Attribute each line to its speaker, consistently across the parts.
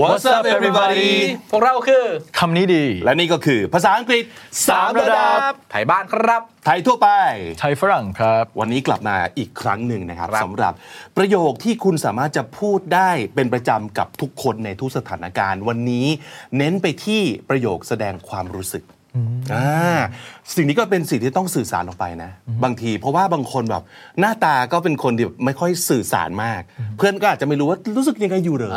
Speaker 1: What's up everybody
Speaker 2: พวกเราคือ
Speaker 1: คำนี้ดี
Speaker 3: และนี่ก็คือภาษาอังกฤษ 3 ระดับ
Speaker 2: ไทยบ้านครับ
Speaker 3: ไทยทั่วไป
Speaker 1: ไทยฝรั่งครับ
Speaker 3: วันนี้กลับมาอีกครั้งหนึ่งนะครับ
Speaker 2: ครับ
Speaker 3: สำหรับประโยคที่คุณสามารถจะพูดได้เป็นประจำกับทุกคนในทุกสถานการณ์ วันนี้เน้นไปที่ประโยคแสดงความรู้สึกอ่าสิ่งนี้ก็เป็นสิ่งที่ต้องสื่อสารออกไปนะ บางที เพราะว่าบางคนแบบหน้าตาก็เป็นคนที่แบบไม่ค่อยสื่อสารมาก เพื่อนก็อาจจะไม่รู้ว่ารู้สึกยังไงอยู่เหรอ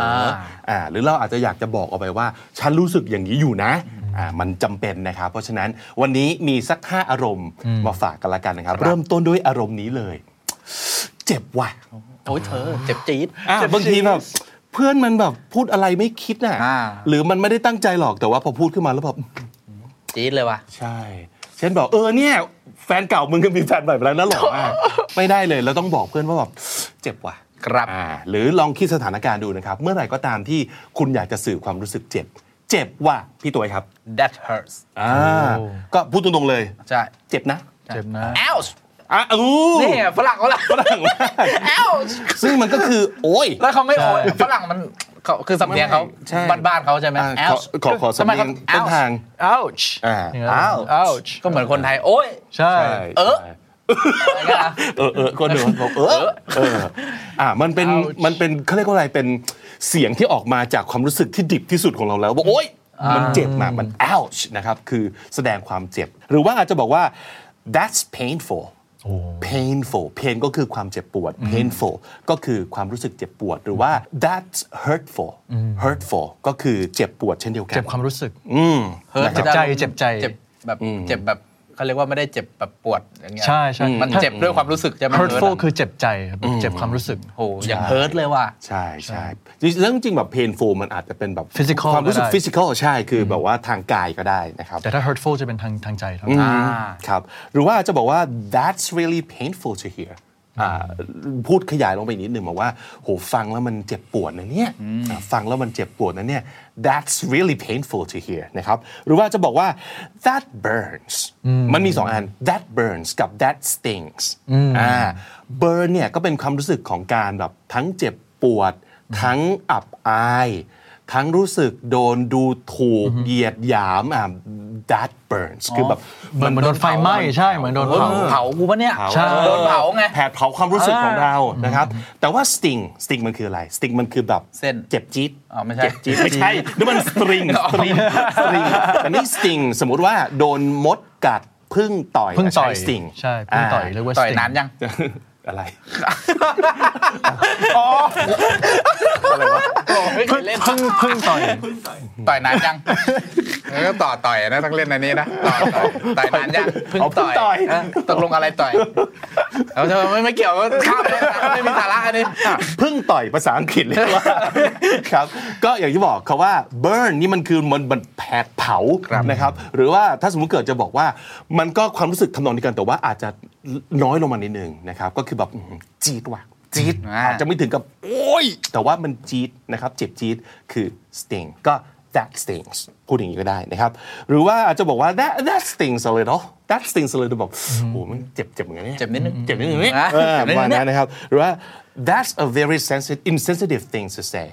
Speaker 3: อ่าหรือเราอาจจะอยากจะบอกออกไปว่า ฉันรู้สึกอย่างนี้อยู่นะอ่ามันจำเป็นนะครับ เพราะฉะนั้นวันนี้มีสักห้าอารมณ์มาฝากกันละกันนะครับ เริ่มต้นด้วยอารมณ์นี้เลย เจ็บว่ะ
Speaker 2: โอ้ยเธอ เจ็บจี๊ด
Speaker 3: อ่ะบางทีแบบเพื่อนมันแบบพูดอะไรไม่คิดน่ะ
Speaker 2: อ่า
Speaker 3: หรือมันไม่ได้ตั้งใจหรอกแต่ว่าพอพูดขึ้นมาแล้วแบบ
Speaker 2: จี๊ดเลยว่ะ
Speaker 3: ใช่ เช่นบอกเออเนี่ย แฟนเก่ามึงก็มีแฟนใหม่ไปแล้วนะหรอมาก ไม่ได้เลยเราต้องบอกเพื่อนว่าแบบเจ็บว่ะ
Speaker 2: ครับ
Speaker 3: อ่าหรือลองคิดสถานการณ์ดูนะครับ เมื่อไหร่ก็ตามที่คุณอยากจะสื่อความรู้สึกเจ็บ เจ็บว่ะพี่ตัวครับ
Speaker 2: that hurts
Speaker 3: อ่า
Speaker 1: โอ้
Speaker 3: ก็พูดตรงๆเลย
Speaker 2: ใช่
Speaker 3: เจ็บนะ
Speaker 1: เจ็บนะ
Speaker 2: ouch
Speaker 3: อ่ะอู้
Speaker 2: นี่ไงฝรั่งเขาละ
Speaker 3: ฝรั่งมาก
Speaker 2: ouch
Speaker 3: ซึ่งมันก็คือ โอ้ย
Speaker 2: แล้วเขาไม่โอยฝรั่งมันเขาคือสำเนียงเขา
Speaker 3: ใช่
Speaker 2: บ้านๆเขาใช่ไหม
Speaker 3: อ่าขอ
Speaker 2: ouch
Speaker 3: ขอขอสำเนียง
Speaker 2: ทำไม
Speaker 3: ต
Speaker 2: ขา
Speaker 3: ้น
Speaker 2: ouch
Speaker 3: ทาง
Speaker 1: ouch
Speaker 3: อ่า
Speaker 1: ย่งนั้น
Speaker 2: ouch
Speaker 1: ouch
Speaker 2: ก็เหมือนคนไทย โอ้ย
Speaker 1: ใช่
Speaker 3: ใช่
Speaker 2: เออ
Speaker 3: ใช่
Speaker 2: อะไรเงี้ยนะ
Speaker 3: เออเออคนหนึ่งบอกเออเอออ่ามันเป็นมันเป็นเขาเรียกว่าอะไรเป็นเสียงที่ออกมาจากความรู้สึกที่ดิบที่สุดของเราแล้วว่าโอ๊ยมันเจ็บมากมัน ouch นะครับ คือแสดงความเจ็บ หรือว่าอาจจะบอกว่า that's painful painful pain ก็คือความเจ็บปวด painful ก็คือความรู้สึกเจ็บปวด หรือว่า that's hurtful hurtful ก็คือเจ็บปวดเช่นเดียวกัน
Speaker 1: เจ็บความรู้สึก
Speaker 2: hurt
Speaker 1: เจ็บใจเจ็บใจ
Speaker 2: เจ็บแบบเจ็บแบบเขาเรียกว่าไม่ได้เจ็บแบบปวดอย่างเงี้ย
Speaker 1: ใช่ใช่
Speaker 2: มันเจ็บด้วยความรู้สึกใช่ไหม
Speaker 1: hurtful
Speaker 2: hurt ะ
Speaker 1: คือเจ็บใจครับเจ็บความรู้สึก
Speaker 2: โอ้โหอย่าง hurt เลยว่ะ
Speaker 3: ใช่ใช่จริงๆเรื่องจริงแบบ painful มันอาจจะเป็นแบบ
Speaker 1: Physical
Speaker 3: ความรู้สึก
Speaker 1: ก็ได้
Speaker 3: physical ใช่คือแบบว่าทางกายก็ได้นะครับ
Speaker 1: แต่ถ้า hurtful จะเป็นทางทางใจเท่านั้น
Speaker 3: อืมครับหรือว่าจะบอกว่า that's really painful to hear อ่าพูดขยายลงไปอีกนิดหนึ่งบอกว่าโหฟังแล้วมันเจ็บปวดนะเนี่ยอ่าฟังแล้วมันเจ็บปวดนะเนี่ย that's really painful to hear นะครับหรือว่าจะบอกว่า that burns มันมีสองอัน that burns กับ that stings อ่า burn เนี่ยก็เป็นความรู้สึกของการแบบทั้งเจ็บปวด ทั้งอับอาย ทั้งรู้สึกโดนดูถูกเหยียดหยามอ่ะ that burns คือแบบ
Speaker 1: เหมือนเหมือนโดนไฟไหม้ใช่เหมือนโดนเผา
Speaker 2: เผากูปะเนี่ย
Speaker 3: เผา
Speaker 2: โดนเผาไง
Speaker 3: แผดเผาความรู้สึกของเรานะครับ แต่ว่าสติงสติงมันคืออะไรสติงมันคือแบบ
Speaker 2: เส้น
Speaker 3: เจ็บจี๊ด
Speaker 2: อ๋อไม่ใช่
Speaker 3: เจ็บจี๊ดไม่ใช่นี่มันสตริงสตริงสตริงแต่นี่สติงสมมุติว่าโดนมดกัดพึ่งต่อย
Speaker 1: เพิ่งต่อย
Speaker 3: สติง
Speaker 1: ใช่เพิ่งต่อยเรียกว่า
Speaker 2: ต่อย
Speaker 1: sting
Speaker 2: นานยัง
Speaker 3: อะไร
Speaker 1: เพิ่งเพิ่งเพิ่งต่อย
Speaker 2: ต่อยนานยังแล้วก็ต่อต่อยนะต้องเล่นอันนี้นะต่อต่อยต่อยนานยัง
Speaker 3: เพิ่งต่อย
Speaker 2: เตกลงอะไรต่อยเอาเถอะไม่ไม่เกี่ยวก็ข้ามเลยนะไม่มีสาระอันนี้
Speaker 3: เพิ่งต่อยภาษาอังกฤษเลยกว่า ครับ ก็อย่างที่บอกเขาว่า burn นี่มันคือมันมันแผดเผานะครับ หรือว่าถ้าสมมติเกิดจะบอกว่า มันก็ความรู้สึกทำนองเดียวกันแต่ว่าอาจจะน้อยลงมานิดนึงนะครับ ก็คือแบบอื้อหือจี๊ดว่ะจี๊ดอาจจะไม่ถึงกับ โอ้ย แต่ว่ามันจี๊ดนะครับ เจ็บจี๊ดคือ sting ก็ that stings พูดอย่างนี้ก็ได้นะครับ หรือว่าอาจจะบอกว่า that that stings a little that stings a little แบบโอ้โหมันเจ็บเจ็บเหมือนกันเนี่ย
Speaker 2: เจ็บนิดนึง
Speaker 3: เจ็บนิดนึงนี่
Speaker 2: อ่ะ
Speaker 3: เออ
Speaker 2: เจ็บนิ
Speaker 3: ประ
Speaker 2: ดนึง
Speaker 3: มาณนั้นนะครับ หรือว่า that's a very sensitive insensitive thing to say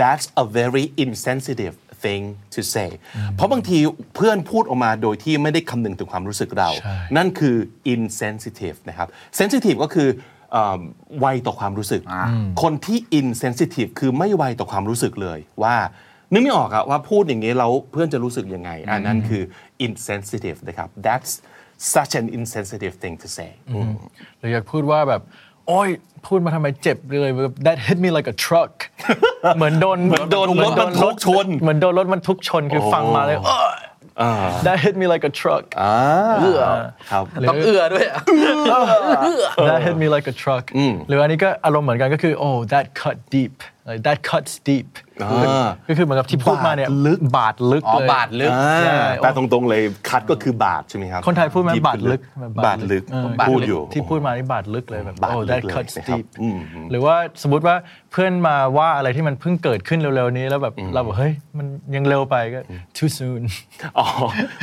Speaker 3: that's a very insensitive thing to say เพราะบางทีเพื่อนพูดออกมาโดยที่ไม่ได้คำนึงถึงความรู้สึกเรา
Speaker 1: ใช่
Speaker 3: นั่นคือ insensitive นะครับ sensitive ก็คือเอิ่มไวต่อความรู้สึก คนที่ insensitive คือไม่ไวต่อความรู้สึกเลยว่า นึกไม่ออกอะว่าพูดอย่างนี้แล้วเพื่อนจะรู้สึกยังไง อันนั้นคือ insensitive นะครับ that's such an insensitive thing to say อืม
Speaker 1: หรืออยากพูดว่าแบบ โอ้ย พูดมาทำไมเจ็บเลย that hit me like a truck เหมือนโดน
Speaker 3: เหมือนโดนรถบรรทุกชน
Speaker 1: เหมือนโดนรถบรรทุกชนคือฟังมาเลยเอ้ย that hit me like a truck
Speaker 3: อ่าเอือครับ
Speaker 2: ต้องเอื้อด้วยอะ
Speaker 1: that hit me like a truck หรืออันนี้ก็อารมณ์เหมือนกันก็คือ oh that cut deep เ like that cuts deep
Speaker 3: อ่า
Speaker 1: ก็คือเหมือนกับที่พูดมาเนี่ย
Speaker 3: บาทลึก
Speaker 1: บาดลึก
Speaker 2: อ๋อ
Speaker 1: เลย
Speaker 2: บาดลึก
Speaker 3: อ่า
Speaker 1: ใช่
Speaker 3: แต่ตรงๆเลยคัดก็คือบาทใช่ไหมครับ
Speaker 1: คนไทยพูดไหม
Speaker 3: ที่
Speaker 1: บาทลึก
Speaker 3: บาทลึก
Speaker 1: เออ
Speaker 3: พูดอยู่
Speaker 1: ที่พูดมานี่บาดลึกเลยแบบ
Speaker 3: บาด
Speaker 1: oh
Speaker 3: ลึก
Speaker 1: that
Speaker 3: เลย
Speaker 1: cuts
Speaker 3: นะครับ
Speaker 1: deep หรือว่าสมมติว่าเพื่อนมาว่าอะไรที่มันเพิ่งเกิดขึ้นเร็วๆนี้แล้วแบบเราบอกเฮ้ยมันยังเร็วไปก็ too soon
Speaker 3: อ๋อ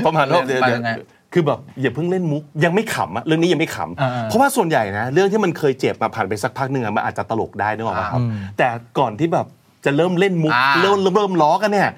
Speaker 3: ประมาณนั้น
Speaker 2: โลก
Speaker 3: เดี๋ยว
Speaker 2: ไป
Speaker 3: เดี๋ยว
Speaker 2: ยังไง
Speaker 3: คือแบบอย่าเพิ่งเล่นมุกยังไม่ขำอะเรื่องนี้ยังไม่ข
Speaker 1: อ่า
Speaker 3: ำเพราะว่าส่วนใหญ่นะเรื่องที่มันเคยเจ็บมาผ่านไปสักพักหนึ่งอะมันอาจจะตลกได้นึกออกไหมครับ แต่ก่อนที่แบบจะเริ่มเล่นมุก
Speaker 2: อ่า
Speaker 3: เริ่มเริ่มเริ่มล้อกันเนี่ย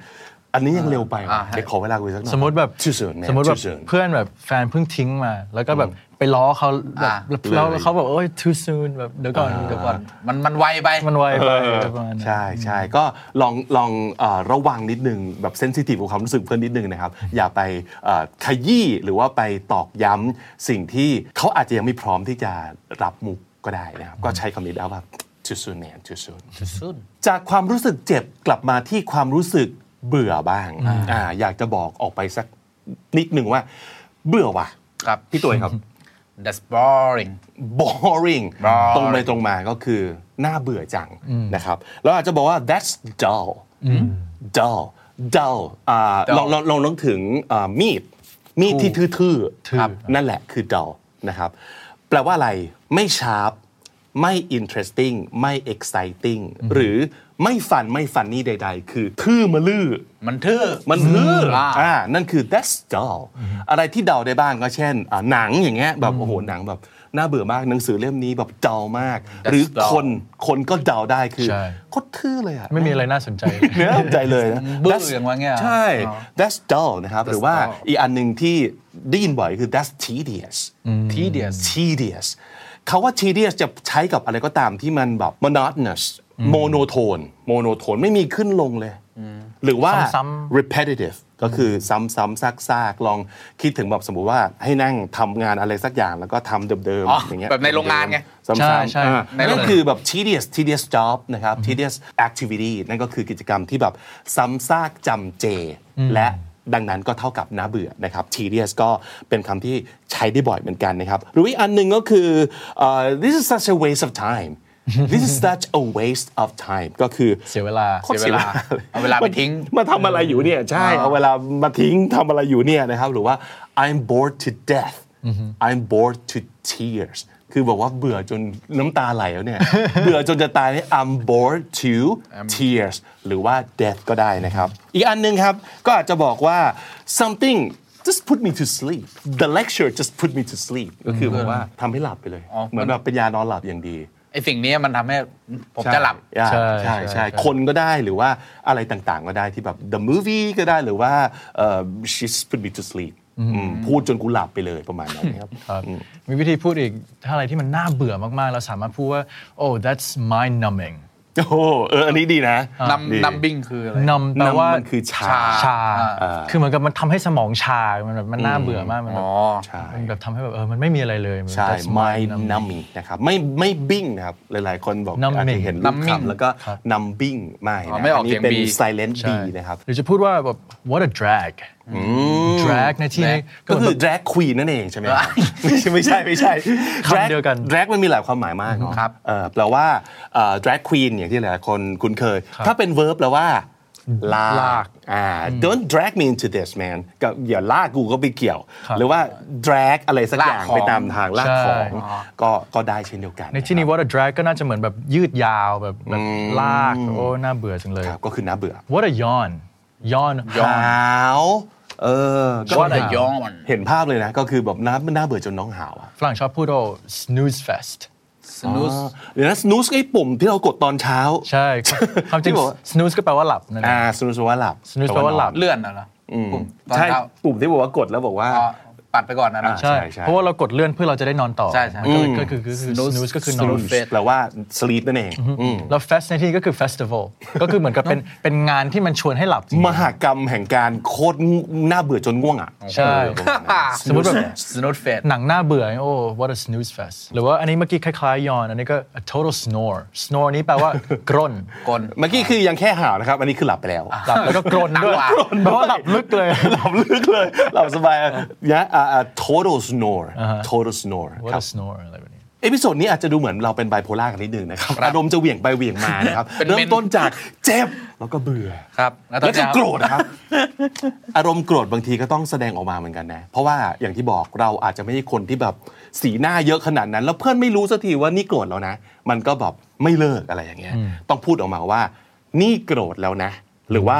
Speaker 3: อันนี้ยังเร็วไปว่ะ
Speaker 2: อ่าฮะ
Speaker 3: เดี๋ยวขอเวลาคุยสักหน่อย
Speaker 1: สมมติแบบ
Speaker 3: ชื่อเสือ
Speaker 1: สมมติแบบเพื่อนแบบแฟนเพิ่งทิ้งมา แล้วก็แบบไปล้อเขาแบบ
Speaker 2: อ่า
Speaker 1: แล้ว
Speaker 3: เลย
Speaker 1: เขาแบบโอ้ย too soon แบบเดี๋ยวก่อนเดี๋ยวก่อน
Speaker 2: มันมันไวไป
Speaker 1: มันไวไปประมาณนั้น
Speaker 3: ใช่ใช่ก็ลองลองเอ่อระวังนิดนึงแบบเซนซิทีฟกับความรู้สึกเพื่อนนิดนึงนะครับ อย่าไปเอ่อขยี้หรือว่าไปตอกย้ำสิ่งที่เขาอาจจะยังไม่พร้อมที่จะรับมุกก็ได้นะครับ ก็ใช้คำนี้แล้วแบบ too soon man too soon
Speaker 1: too soon
Speaker 3: จากความรู้สึกเจ็บกลับมาที่ความรู้สึกเบื่อบ้างอาอยากจะบอกออกไปสักนิดหนึ่งว่า เบื่อว่ะ
Speaker 2: ครับ
Speaker 3: พี่ตัวครับ
Speaker 2: that's boring
Speaker 3: boring
Speaker 2: Boring
Speaker 3: ตรงไปตรงมาก็คือน่าเบื่อจังนะครับเราอาจจะบอกว่า that's dull dull dull อ่า
Speaker 2: dull
Speaker 3: ลองลองลองนึกถึงอ่ามีดมีดที่ทื่อๆครับนั่นแหละคือ dull นะครับแปลว่าอะไรไม่ sharp ไม่ interesting ไม่ exciting หรือไม่ฟันไม่ฟันนี่ใด ๆ คือทื่อมาลือ
Speaker 2: มันทื่อ
Speaker 3: มันฮือ
Speaker 2: อ่า
Speaker 3: อ่า นั่นคือ that's dull อะไรที่เดาได้บ้างก็เช่นอ่าหนังอย่างเงี้ยแบบโอ้โหหนังแบบน่าเบื่อมากหนังสือเล่มนี้แบบเดามาก หรือคนคนก็เดาได้คือ
Speaker 1: ใช่
Speaker 3: โคตรทื่อเลยอ่ะ
Speaker 1: ไม่มีอะไรน่าสนใจเลย
Speaker 3: เนื้อใจเลยนะ
Speaker 2: เบื่อ
Speaker 3: That's-
Speaker 2: อย่างว่าเงี้ย
Speaker 3: ใช่
Speaker 2: อ๋อ
Speaker 3: that's dull นะครับ หรือว่า
Speaker 2: dull
Speaker 3: อีกอันหนึ่งที่ได้ยินบ่อยคือ that's tedious tedious tedious เขาว่า tedious จะใช้กับอะไรก็ตามที่มันแบบ monotonous monotone monotone ไม่มีขึ้นลงเลย หรือว่า
Speaker 1: ซ้ำ
Speaker 3: repetitive ก็คือซ้ำๆซากๆ ลองคิดถึงแบบสมมุติว่าให้นั่งทำงานอะไรสักอย่างแล้วก็ทำเดิมๆ
Speaker 2: อ๋อ
Speaker 3: อ
Speaker 2: อย่าง
Speaker 3: เงี้ย
Speaker 2: แบบในโรงงานไง
Speaker 3: ซ้ำๆ
Speaker 1: ใช่ใช่
Speaker 3: อ่า
Speaker 2: ในโรง
Speaker 3: นั่น
Speaker 2: เรียน
Speaker 3: คือแบบ tedious tedious job นะครับ tedious activity นั่นก็คือกิจกรรมที่แบบซ้ำซากจำเจ และดังนั้นก็เท่ากับน่าเบื่อนะครับ tedious ก็เป็นคำที่ใช้ได้บ่อยเหมือนกันนะครับ หรืออีกอันหนึ่งก็คือเอ่อ this is such a waste of time this is such a waste of time ก็คือ
Speaker 1: เสียเวลา
Speaker 3: โคตรเสียเวลา
Speaker 2: เอาเวลาไปทิ้ง
Speaker 3: มาทำอะไรอยู่เนี่ยใช่เอาเวลามาทิ้งทำอะไรอยู่เนี่ยนะครับหรือว่า I'm bored to death I'm bored to tears คือบอกว่าเบื่อจนน้ำตาไหลแล้วเนี่ย เบื่อจนจะตายเนี่ย I'm bored to tears หรือว่า death ก็ได้นะครับ อีกอันหนึ่งครับ ก็อาจจะบอกว่า something just put me to sleep the lecture just put me to sleep ก็คือบอกว่าทำให้หลับไปเลย
Speaker 2: อ๋อ
Speaker 3: เหมือนแบบเป็นยานอนหลับอย่างดี
Speaker 2: ไอสิ่งนี้มันทำให้ผมจะหลับ
Speaker 3: ใช่
Speaker 1: ใช่
Speaker 3: ใช่
Speaker 1: ใช่
Speaker 3: ใช่คนก็ได้หรือว่าอะไรต่างๆก็ได้ที่แบบ the movie ก็ได้หรือว่าเอ่อ she put me to sleep อืมพูดจนกูหลับไปเลยประมาณนั้นนะครับ
Speaker 1: ครับมีวิธีพูดอีกถ้าอะไรที่มันน่าเบื่อมากๆ เราสามารถพูดว่า oh that's mind numbing
Speaker 3: โอ้โหเอออันนี้ดีนะ
Speaker 2: น
Speaker 3: ดี
Speaker 2: ำนำบิงคืออะไร
Speaker 1: นำแปลว่า
Speaker 3: มันคือชา
Speaker 1: ชา คือเหมือนกับมันทำให้สมองชา มันแบบมันน่าเบื่อมากมันแบบ
Speaker 2: อ๋อ
Speaker 3: ใช่
Speaker 1: มันแบบทำให้แบบเออมันไม่มีอะไรเลยมัน
Speaker 3: ใช่
Speaker 1: that's
Speaker 3: my
Speaker 1: mind numbing
Speaker 3: numbing นะครับไม่ไม่บิ้งนะครับ หลายๆ คนบอก
Speaker 1: numbing
Speaker 3: อาจจะเห็นรูป
Speaker 2: numbing
Speaker 3: คำแล้วก็ numbing ไม่
Speaker 2: อ๋อ
Speaker 3: นะ
Speaker 2: ไม่ออก
Speaker 3: นนี้
Speaker 2: เสียง
Speaker 3: เป็น
Speaker 2: B
Speaker 3: silent b
Speaker 1: ใช่
Speaker 3: นะครับ
Speaker 1: หรือจะพูดว่าแบบ what a drag drag ในที่นี้
Speaker 3: ก็
Speaker 1: เหมื
Speaker 3: คือ
Speaker 1: นแบบ
Speaker 3: drag queen นั่นเองใช่ไหมครับไม่ใช่ไม่ใช่ไม่ใช่
Speaker 1: คำเดียวกัน
Speaker 3: drag drag มันมีหลายความหมายมากเนาะ
Speaker 2: ครับ
Speaker 3: เอ่อแปลว่าเอ่อ drag queen อย่างที่หลายคนคุ้นเคย ถ้าเป็น verb แปลว่า ลาก
Speaker 1: ลาก
Speaker 3: อ่า don't drag me into this man กับอย่าลากกูก็ไปเกี่ยว หรือว่า drag อะไรสักอย่างไปตามทางลาก
Speaker 1: ใช่
Speaker 3: ของก็ก็ได้เช่นเดียวกัน
Speaker 1: ในที่นี้ what a drag ก็น่าจะเหมือนแบบยืดยาวแบบแบบลากโอ้น่าเบื่อจังเลย
Speaker 3: ครับก็คือน้าเบื่อ
Speaker 1: what a yawn yawn
Speaker 3: ขาวเออก็
Speaker 2: ว่าแต่ย้อน
Speaker 3: เห็นภาพเลยนะ ก็คือแบบน้ามันน่าเบื่อจนน้องหาวอะ
Speaker 1: ฝรั่งชอบพูดว่า snooze fest
Speaker 2: สนุส
Speaker 3: เดี๋ยวนะสนุสไอ้ปุ่มที่เรากดตอนเช้า
Speaker 1: ใช่ ความจริง
Speaker 3: ที่บอกว่า
Speaker 1: snooze ก็แปลว่าหลับนั่นเอ
Speaker 3: อ่าง สนุสแปลว่าหลับ
Speaker 1: snooze แปลว่าหลับ
Speaker 2: เลื่อนน่ะเหรออปุ่มตอน
Speaker 3: ใช่
Speaker 2: เช้า
Speaker 3: ปุ่มที่บอกว่ากดแล้วบอกว่า
Speaker 2: อ๋อปัดไปก่อนนะนะ
Speaker 3: อ่า
Speaker 1: ใช่
Speaker 3: ใช่ใช่
Speaker 1: เพราะว่าเรากดเลื่อนเพื่อเราจะได้นอนต่อ
Speaker 2: ใช่ใช่
Speaker 1: มันก็เลยก็คือก็คือ
Speaker 2: Snooze
Speaker 1: snooze ก็คือนอน
Speaker 2: snooze
Speaker 3: แปลว่า sleep นั่นเองอืม
Speaker 1: แล้ว fest ในที่นี้ก็คือ festival ก็คือเหมือนกับเป็นเป็นงานที่มันชวนให้หลับจริง
Speaker 3: มหากรรมแห่งการโคตรน่าเบื่อจนง่วงอ่ะ
Speaker 1: ๆใช่ สมมติแบบ
Speaker 2: สนุสเฟส
Speaker 1: หนังหน้าเบื่อโอ้ what a snooze fest หรือว่าอันนี้เมื่อกี้คล้ายๆยอนอันนี้ก็ a total snore snore นี้แปลว่ากร น
Speaker 2: กล
Speaker 3: เมื่อกี้คือยังแค่หาวนะครับ อันนี้คือหลับไปแล้ว
Speaker 1: หลับแล้วก็กรนด้วย
Speaker 2: หลับ
Speaker 1: แปลว่าหลับลึกเลย
Speaker 3: หลับลึกเลย หลับสบายนะอ่าอ่า total snore total snore
Speaker 1: what
Speaker 3: ครับ
Speaker 1: a snore อะไรแบบนี้
Speaker 3: เอพิโซดนี้อาจจะดูเหมือนเราเป็นไบโพล่ากันนิดนึงนะครับ
Speaker 2: ครับ
Speaker 3: อารมณ์จะเหวี่ยงไปเหวี่ยงมานะครับ
Speaker 2: เป็น
Speaker 3: เริ่
Speaker 2: เป็
Speaker 3: ม
Speaker 2: น
Speaker 3: ต้นจากเจ็บแล้วก็เบื่อ
Speaker 2: ครับแล้วตอ
Speaker 3: แล้ว
Speaker 2: น
Speaker 3: ก็
Speaker 2: เช้า
Speaker 3: โกรธครับ อารมณ์โกรธบางทีก็ต้องแสดงออกมาเหมือนกันนะ เพราะว่าอย่างที่บอกเราอาจจะไม่ใช่คนที่แบบสีหน้าเยอะขนาดนั้น แล้วเพื่อนไม่รู้สักทีว่านี่โกรธแล้วนะ มันก็แบบไม่เลิกอะไรอย่างเงี้ย ต้องพูดออกมาว่า นี่โกรธแล้วนะ หรือว่า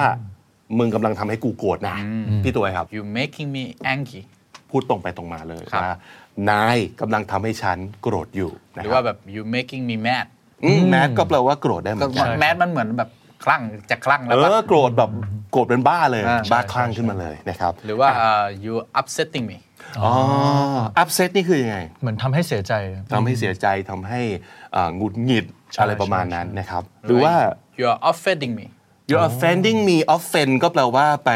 Speaker 3: มึงกำลังทำให้กูโกรธนะ พี่ตัวครับ
Speaker 2: you making me angry
Speaker 3: พูดตรงไปตรงมาเลย
Speaker 2: ครับ
Speaker 3: ว่านายกำลังทำให้ฉันโกรธอยู่
Speaker 2: ห
Speaker 3: นะ
Speaker 2: รือ
Speaker 3: ครั
Speaker 2: ว่า
Speaker 3: บ
Speaker 2: แบบ you making me mad
Speaker 3: อืมแมสก็แปลว่าโกรธได้เหมื
Speaker 2: ก็
Speaker 3: อนกัน
Speaker 2: แมดมันเหมือนแบบคลั่งจะคลั่ง
Speaker 3: เอ
Speaker 2: แล้ว
Speaker 3: อ
Speaker 2: ปะ
Speaker 3: โกรธแบบโกรธเป็นบ้าเลย
Speaker 2: อ่า
Speaker 3: บ้าคลั่งขึ้นมาเลยนะครับ
Speaker 2: หรือว่าเอ่อ you upsetting me
Speaker 3: อ๋ออัพเซตนี่คือยังไง
Speaker 1: เหมือนทำให้เสียใจ
Speaker 3: ทำให้เสียใจทำให้อ่าหงุดหงิด
Speaker 1: ใช่
Speaker 3: อะไรประมาณ
Speaker 1: ใช่
Speaker 3: นั้นนะครับ หรือว่า
Speaker 2: you are offending me
Speaker 3: you're offending me offend ก็แปลว่าไป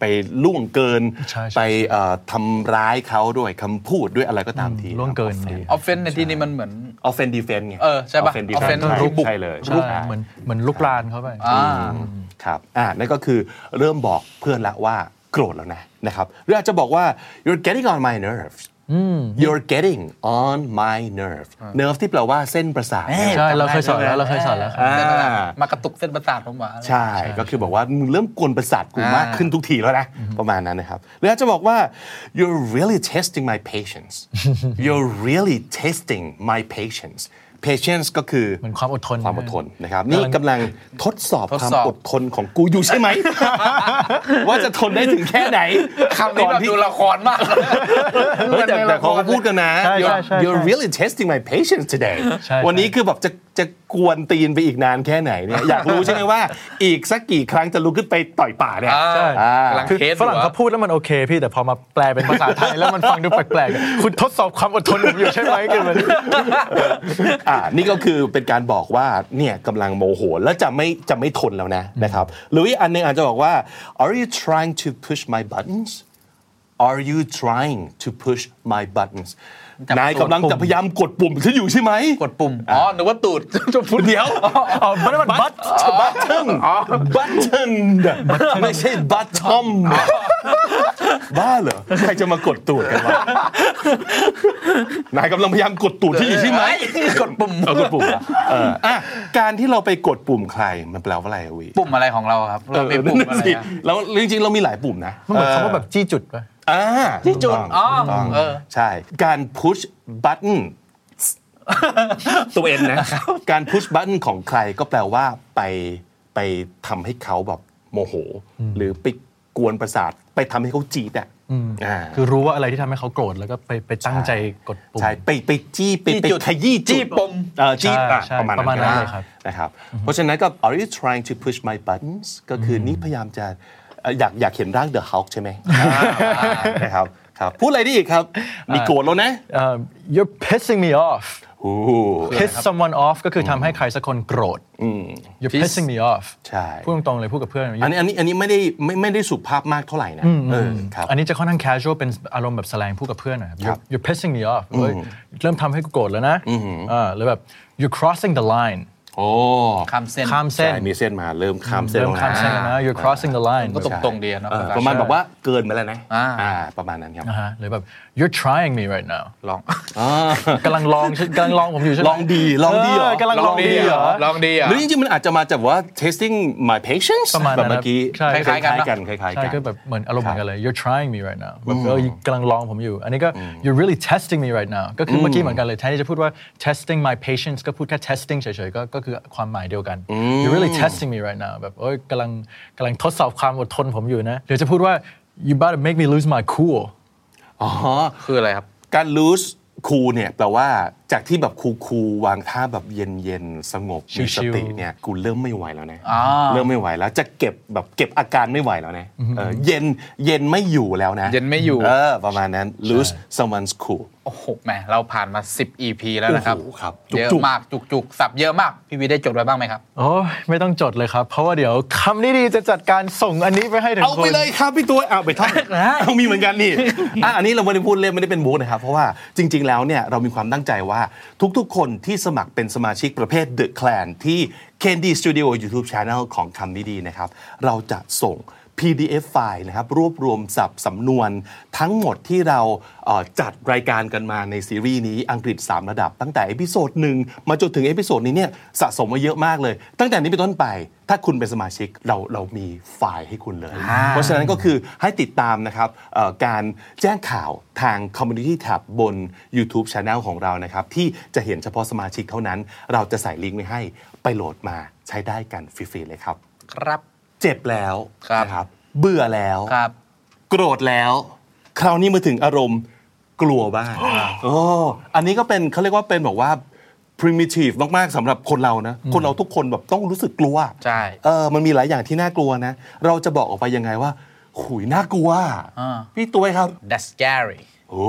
Speaker 3: ไปล่วงเกิน
Speaker 1: ใช่ใช่
Speaker 3: ไปเอ่อทำร้ายเขาด้วยคำพูดด้วยอะไรก็ตามที
Speaker 1: ล่วงเกิน
Speaker 3: ครับ
Speaker 1: ดี
Speaker 2: offend ในที่นี้มันเหมือน
Speaker 3: offend offend defense ไง
Speaker 2: เออใช่ปะ
Speaker 3: offend defense
Speaker 2: offend
Speaker 3: ใช่
Speaker 2: รุกบุก
Speaker 3: ใช่เลย
Speaker 1: ใช่เหมือนเหมือนลุกลานเข้าไป
Speaker 2: อ่า
Speaker 3: ครับอ่านั่นก็คือเริ่มบอกเพื่อนละว่าโกรธแล้วนะนะครับหรืออาจจะบอกว่า you're getting on my nerves you're getting on my nerve nerve ที่แปลว่าเส้นประสาทนะครับ
Speaker 1: ใช่เราเคยสอนแล้วเราเคยสอนแล้ว
Speaker 3: อ่า
Speaker 2: เส้นประสทมากระตุกเส้นประสาทผมว่า
Speaker 3: ใช่ ก็คือบอกว่ามึงเริ่มกวนประสาทกู
Speaker 2: อ่าม
Speaker 3: มากขึ้นทุกทีแล้วนะ ประมาณนั้นนะครับ หรืออาจจะบอกว่า you're really testing my patience you're really testing my patience patience ก็คือ
Speaker 1: เหมือนความอดทน
Speaker 3: ความอดทนนะครับ นี่กำลังทดสอบ
Speaker 2: ทด
Speaker 3: ความ
Speaker 2: สอบ
Speaker 3: อดทนของกูอยู่ใช่ไหม ว่าจะทนได้ถึงแค่ไหน
Speaker 2: คำนี้
Speaker 3: ก่
Speaker 2: แบบดูละครมาก
Speaker 3: เฮ้ยแต่แต่เขาก็พูดกันนะ
Speaker 1: ใช่ใช่
Speaker 3: You're-
Speaker 1: ใช่
Speaker 3: you're really testing my patience today
Speaker 1: ใช่
Speaker 3: วันนี้คือแบบจะจะกวนตีนไปอีกนานแค่ไหน เนี่ยอยากรู้ใช่ไหมว่า อีกสักกี่ครั้งจะลุกขึ้นไปต่อยป่าเนี่ย
Speaker 2: ใช่
Speaker 3: อ่า
Speaker 2: กำลัง
Speaker 1: คือ
Speaker 2: เทส
Speaker 1: ฝรั่งเขาพูดแล้วมันโอเคพี่แต่พอมาแปลเป็น ภาษาไทย แล้วมันฟังดูแปลกๆ คุณทดสอบความอดทนผมอยู่ใช่ไหมกันมัน
Speaker 3: อ่านี่ก็คือเป็นการบอกว่าเนี่ยกำลังโมโหแล้วจะไม่จะไม่ทนแล้วนะนะครับหรืออีกอันหนึงอาจจะบอกว่า are you trying to push my buttons are you trying to push my buttons
Speaker 1: จับ
Speaker 3: นายกำลัง
Speaker 1: กด
Speaker 3: จะ
Speaker 1: ปุ่ม
Speaker 3: พยายามกดปุ่มฉันอยู่ใช่ไหม
Speaker 2: กดปุ่ม อ๋อนึกว่าตูดจะพูดเดียว
Speaker 1: อ๋อมันมันบัต
Speaker 3: บัตเทิลบัตเทิลไม่ใช่บัตทอมบ้าเหรอใครจะมากดตูดกันวะนายกำลังพยายามกดตูดที่อยู่ใช่ไหม
Speaker 2: กดปุ่ม
Speaker 3: เอากดปุ่มเหรอเอออ่ะการที่เราไปกดปุ่มใครมันแปลว่าอะไรอะวี
Speaker 2: ปุ่มอะไรของเราครับ เรา
Speaker 3: เอ
Speaker 2: มี
Speaker 3: อ
Speaker 2: ปุ่ม
Speaker 3: นั่น
Speaker 2: อะไร
Speaker 3: น่ะสิ
Speaker 2: อะ
Speaker 3: แล้วจริงๆ เรามีหลายปุ่มนะ
Speaker 1: มันเหมือนคำว่าแบบจี้จุดป่ะ
Speaker 3: อ่า
Speaker 2: ที่จุด อ๋อเออ
Speaker 3: ใช่ การ push button ตัวเอ็นนะ การ push button ของใครก็แปลว่าไปไปทำให้เขาแบบโมโห หรือไปกวนประสาทไปทำให้เขาจีดอ่ะอ่า
Speaker 1: คือรู้ว่าอะไรที่ทำให้เขาโกรธแล้วก็ไปไปตั้งใจกดปุ่ม
Speaker 3: ใช่ไปไปจี้ไป
Speaker 2: จี้
Speaker 3: ไป
Speaker 2: จุด
Speaker 3: ขยี้
Speaker 2: จี้
Speaker 3: จุด
Speaker 2: ปม
Speaker 3: เออจี้
Speaker 1: ใช่
Speaker 3: อ่ะ
Speaker 1: ใช่
Speaker 3: ประมาณ
Speaker 1: ประมาณนั้
Speaker 3: นั้นน
Speaker 1: เลยครับ
Speaker 3: นะครับเพราะฉะนั้นก็ are you trying to push my buttons ก็คือนี่พยายามจะเอ่ออยากอยากเห็นร่าง The Hulk ใช่ไหมนะครับครับพูดอะไรไดีอีกครับ มีโกรธแล้วนะ
Speaker 1: เอ่อ you're pissing me off
Speaker 3: โอ้โห
Speaker 1: piss someone off ก็คือทำให้ใครสักคนโกรธ you're pissing me off
Speaker 3: ใช่
Speaker 1: พูดตรงๆเลยพูดกับเพื่อน
Speaker 3: อันนี้อันนี้อันนี้ไม่ได้ไม่ไม่ได้สุภาพมากเท่าไหร่นะเออครับ
Speaker 1: อันนี้จะค่อนข้าง casual เป็นอารมณ์แบบแสลงพูดกับเพื่อนหนะครับ
Speaker 3: ครับ
Speaker 1: You're- you're pissing me off เฮ้ยเริ่มทำให้กูโกรธแล้วนะอ่าหรือแบบ you're crossing the line
Speaker 3: โอ้
Speaker 2: คำเส้น
Speaker 1: ข้ามเส้น
Speaker 3: ใช่มีเส้นมาเริ่มข้ามเส้น
Speaker 1: เริ่ม
Speaker 3: แล้ว
Speaker 1: ข้ามเส้น
Speaker 3: นะ
Speaker 1: แล้วนะ you're crossing the line
Speaker 2: ก็ตรงๆดีอะเนาะ
Speaker 3: เออประมาณแบบว่าเกินไปแล้วนะ
Speaker 2: อ่า
Speaker 3: อ่าประมาณนั้นครับ
Speaker 1: นะฮะหรือแบบ you're trying me right now
Speaker 2: ลอง
Speaker 3: อ่าก
Speaker 1: ำลัง ลองกำลังลองผมอยู่ใช่ไหม
Speaker 3: ลองดีลองดีเหรอ
Speaker 1: เกำลังลองดีเหรอ
Speaker 2: ลองดีเหรอ
Speaker 3: หรือจริงๆ มันอาจจะมาจากว่า testing my patience
Speaker 1: ประมาณ
Speaker 3: แบบ
Speaker 1: นั้น
Speaker 3: เมื่อกี้
Speaker 1: ใช่
Speaker 3: คล้ายๆ
Speaker 2: คล้ายๆกั
Speaker 3: กัน
Speaker 2: น
Speaker 3: คล้ายๆ
Speaker 1: ใช่
Speaker 3: กัน
Speaker 1: ก็แบบเหมือนอารมณ์เหมือนกันเลย you're trying me right now แบบเออกำลังลองผมอยู่ อันนี้ก็ you're really testing me right now ก็คือเมื่อกี้เหมือนกันเลยแทนที่จะพูดว่า testing my patience ก็พูดแค่ testing เฉยๆก็ก็คือความหมายเดียวกัน you're really testing me right now แบบเอ้ยกำลังกำลังทดสอบความอดทนผมอยู่นะเดี๋ยวจะพูดว่า you about to make me lose my cool
Speaker 3: อ๋อ
Speaker 2: คืออะไรครับ
Speaker 3: การ lose cool เนี่ยแปลว่าจากที่แบบคูคูวางท่าแบบเย็นๆ สงบมี
Speaker 1: ชิ
Speaker 3: ส
Speaker 1: วๆ
Speaker 3: ติเนี่ยกูเริ่มไม่ไหวแล้วนะเริ่มไม่ไหวแล้วจะเก็บแบบเก็บอาการไม่ไหวแล้วนะเออเย็นเย็นไม่อยู่แล้วนะ
Speaker 2: เย็นไม่อยู่
Speaker 3: เออประมาณนั้น lose someone's cool
Speaker 2: โอ้โหแหมเราผ่านมา 10 EP แล้วนะครับ
Speaker 3: โอ้โหครับ
Speaker 2: เยอะ
Speaker 3: จุกๆ
Speaker 2: มากจุกๆสับเยอะมาก พี่วีได้จดไว้บ้างไหมครับ
Speaker 1: โอ้ยไม่ต้องจดเลยครับ เพราะว่าเดี๋ยวคำนี้ดีจะจัดการส่งอันนี้ไปให้ถึง
Speaker 3: เอา
Speaker 1: คุ
Speaker 3: ไป
Speaker 1: ณ
Speaker 3: เลยครับพี่ตัวเอาไปท่องเอามีเหมือนกันนี่ อ่ะอันนี้เราไม่ได้พูดเล่นไม่ได้เป็นบูธนะครับ เพราะว่าจริง ๆ แล้วเนี่ยเรามีความตั้งใจว่าทุกๆ คนที่สมัครเป็นสมาชิกประเภท The Clan ที่ Candy Studio YouTube Channel ของคำนี้ดีนะครับ เราจะส่ง PDF ไฟล์นะครับรวบรวมสับสำนวนทั้งหมดที่เราเอ่อจัดรายการกันมาในซีรีส์นี้อังกฤษ 3 ระดับ ตั้งแต่เอพิโซดหนึ่งมาจนถึงเอพิโซดนี้เนี่ยสะสมมาเยอะมากเลย ตั้งแต่นี้เป็นต้นไป ถ้าคุณเป็นสมาชิกเราเรามีไฟล์ให้คุณเลย เพราะฉะนั้นก็คือให้ติดตามนะครับเอ่อการแจ้งข่าวทาง Community Tab บน YouTube Channel ของเรานะครับ ที่จะเห็นเฉพาะสมาชิกเท่านั้น เราจะใส่ลิงก์ไว้ให้ไปโหลดมาใช้ได้กันฟรีๆเลยครับ
Speaker 2: ครับ
Speaker 3: เจ็บแล้ว
Speaker 2: ครับ
Speaker 3: นะครับ เบื่อแล้ว
Speaker 2: ครับ
Speaker 3: โกรธแล้ว คราวนี้มาถึงอารมณ์กลัว บ้างโอ้อันนี้ก็เป็นเขาเรียกว่าเป็นแบบว่า primitive มากๆสำหรับคนเรานะ คนเราทุกคนแบบต้องรู้สึกกลัว
Speaker 2: ใช่
Speaker 3: เออมันมีหลายอย่างที่น่ากลัวนะ เราจะบอกออกไปยังไงว่าหุยน่ากลัวพี่ตัวครับ
Speaker 2: that's scary
Speaker 3: โอ้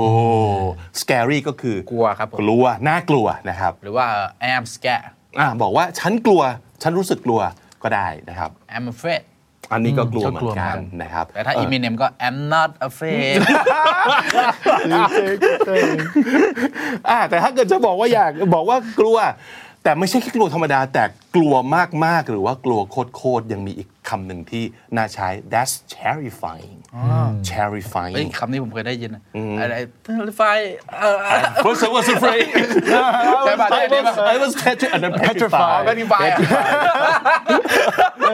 Speaker 3: scary ก็คือก
Speaker 2: ลัวครับผม
Speaker 3: กลัวน่ากลัวนะครับ
Speaker 2: หรือว่า I am scared
Speaker 3: อ่าบอกว่าฉันกลัว ฉันรู้สึกกลัวก็ได้นะครับ
Speaker 2: I'm afraid
Speaker 3: อันนี้ก็กลัว
Speaker 1: ก็
Speaker 3: เหมื
Speaker 1: กลั
Speaker 3: อ
Speaker 1: วนเหมือนกั
Speaker 3: กัน
Speaker 1: น
Speaker 3: นะครับ
Speaker 2: แต่ถ้า Eminem ก็ I'm not afraid
Speaker 3: อ่าแต่ถ้าเกิดจะบอกว่าอยากบอกว่ากลัว แต่ไม่ใช่แค่กลัวธรรมดา แต่กลัวมาก ๆ หรือว่ากลัวโคตรๆยังมีอีกคำหนึ่งที่น่าใช้ that's terrifying terrifying
Speaker 2: เฮ้ยคำนี้ผมเคยได้ยินนะอะไร terrify เอ่อ
Speaker 3: First I was afraid
Speaker 2: ใช่ป่ะใช่
Speaker 3: I
Speaker 2: ป่ะ
Speaker 3: was I was petrified and then
Speaker 1: Petrified.
Speaker 3: petrified
Speaker 2: ก็ terrify อะ